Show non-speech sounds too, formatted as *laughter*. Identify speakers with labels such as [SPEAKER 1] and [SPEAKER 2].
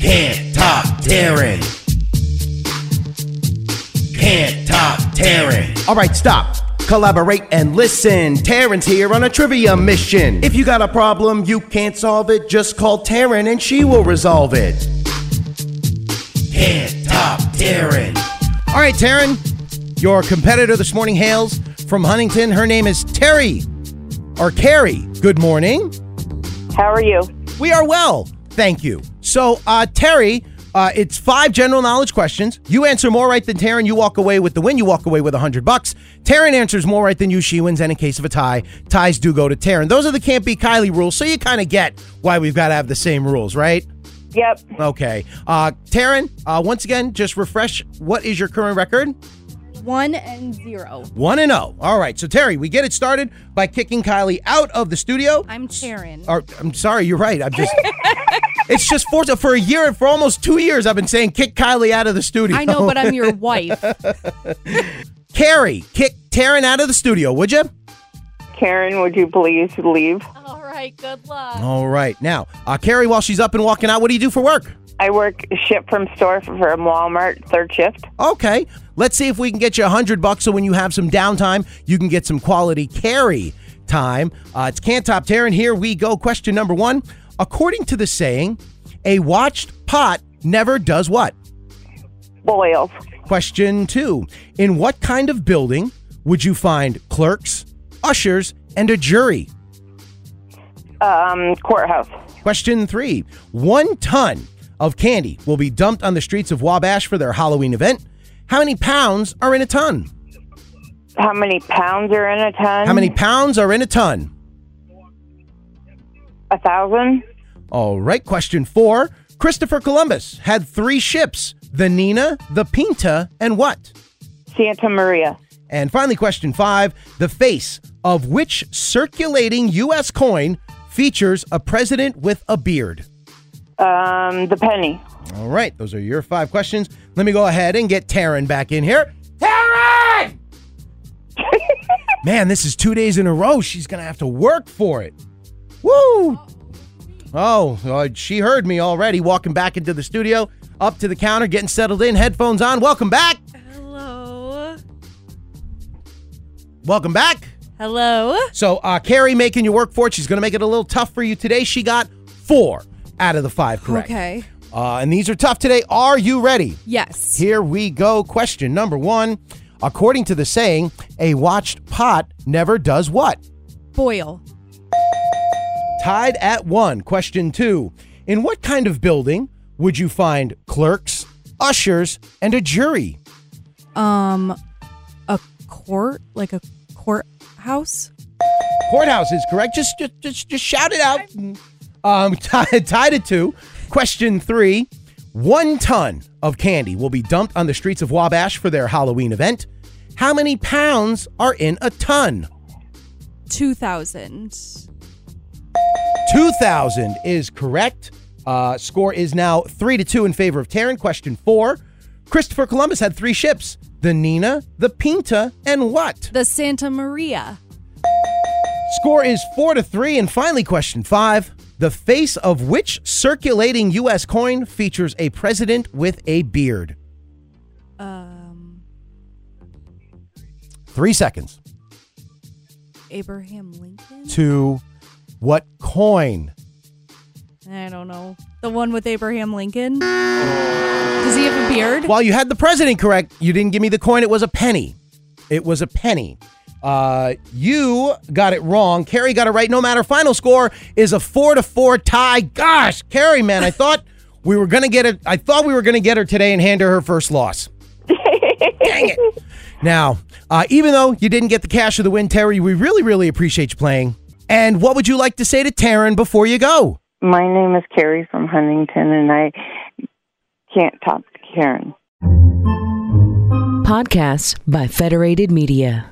[SPEAKER 1] Can't top Darren. Can't top Darren.
[SPEAKER 2] All right, stop. Collaborate and listen. Taryn's here on a trivia mission. If you got a problem you can't solve it, just call Taryn and she will resolve it.
[SPEAKER 1] Can't top Darren.
[SPEAKER 2] All right, Taryn, your competitor this morning hails from Huntington. Her name is Terry or Carrie. Good morning.
[SPEAKER 3] How are you?
[SPEAKER 2] We are well, thank you. So, uh, Terry, uh, it's five general knowledge questions. You answer more right than Taryn, you walk away with the win. You walk away with a hundred bucks. Taryn answers more right than you, she wins. And in case of a tie, ties do go to Taryn. Those are the can't be Kylie rules. So you kind of get why we've got to have the same rules, right?
[SPEAKER 3] Yep.
[SPEAKER 2] Okay. Uh, Taryn, uh, once again, just refresh. What is your current record?
[SPEAKER 4] One and zero.
[SPEAKER 2] One and zero. All right. So Terry, we get it started by kicking Kylie out of the studio.
[SPEAKER 4] I'm Taryn.
[SPEAKER 2] Or, I'm sorry, you're right. I'm just. *laughs* it's just for for a year for almost two years. I've been saying kick Kylie out of the studio.
[SPEAKER 4] I know, but I'm your wife.
[SPEAKER 2] *laughs* Carrie, kick Taryn out of the studio, would you?
[SPEAKER 3] Karen, would you please leave?
[SPEAKER 4] All right, good luck.
[SPEAKER 2] All right. Now, uh, Carrie, while she's up and walking out, what do you do for work?
[SPEAKER 3] I work ship from store from Walmart, third shift.
[SPEAKER 2] Okay. Let's see if we can get you a hundred bucks. So when you have some downtime, you can get some quality carry time. Uh, it's can't top Taryn. Here we go. Question number one. According to the saying, a watched pot never does what?
[SPEAKER 3] Boils.
[SPEAKER 2] Question two. In what kind of building would you find clerks, ushers, and a jury?
[SPEAKER 3] Um, courthouse.
[SPEAKER 2] Question three One ton of candy will be dumped on the streets of Wabash for their Halloween event. How many pounds are in a ton?
[SPEAKER 3] How many pounds are in a ton?
[SPEAKER 2] How many pounds are in a ton?
[SPEAKER 3] A thousand.
[SPEAKER 2] All right, question four. Christopher Columbus had three ships the Nina, the Pinta, and what?
[SPEAKER 3] Santa Maria.
[SPEAKER 2] And finally, question five. The face of which circulating U.S. coin features a president with a beard?
[SPEAKER 3] Um, the penny.
[SPEAKER 2] All right, those are your five questions. Let me go ahead and get Taryn back in here. Taryn! Man, this is two days in a row. She's going to have to work for it. Woo! Oh, uh, she heard me already walking back into the studio, up to the counter, getting settled in, headphones on. Welcome back.
[SPEAKER 4] Hello.
[SPEAKER 2] Welcome back.
[SPEAKER 4] Hello.
[SPEAKER 2] So, uh, Carrie making you work for it. She's going to make it a little tough for you today. She got four out of the five correct.
[SPEAKER 4] Okay.
[SPEAKER 2] Uh, and these are tough today. Are you ready?
[SPEAKER 4] Yes.
[SPEAKER 2] Here we go. Question number one. According to the saying, a watched pot never does what?
[SPEAKER 4] Boil.
[SPEAKER 2] Tied at one. Question two. In what kind of building would you find clerks, ushers, and a jury?
[SPEAKER 4] Um, a court, like a courthouse.
[SPEAKER 2] Courthouse is correct. Just, just, just, just shout it out. Um, *laughs* tied, tied at two. Question three. One ton of candy will be dumped on the streets of Wabash for their Halloween event. How many pounds are in a ton?
[SPEAKER 4] Two thousand.
[SPEAKER 2] 2000 is correct. Uh, score is now 3 to 2 in favor of Taryn. Question 4. Christopher Columbus had three ships the Nina, the Pinta, and what?
[SPEAKER 4] The Santa Maria.
[SPEAKER 2] Score is 4 to 3. And finally, question 5. The face of which circulating U.S. coin features a president with a beard?
[SPEAKER 4] Um,
[SPEAKER 2] Three seconds.
[SPEAKER 4] Abraham Lincoln.
[SPEAKER 2] To what coin?
[SPEAKER 4] I don't know. The one with Abraham Lincoln. Does he have a beard?
[SPEAKER 2] While you had the president correct, you didn't give me the coin. It was a penny. It was a penny. Uh, you got it wrong. Carrie got it right. No matter. Final score is a four to four tie. Gosh, Carrie, man, I thought we were gonna get it. I thought we were gonna get her today and hand her her first loss. Dang it! Now, uh, even though you didn't get the cash of the win, Terry, we really, really appreciate you playing. And what would you like to say to Taryn before you go?
[SPEAKER 3] My name is Carrie from Huntington, and I can't top Karen.
[SPEAKER 5] Podcasts by Federated Media.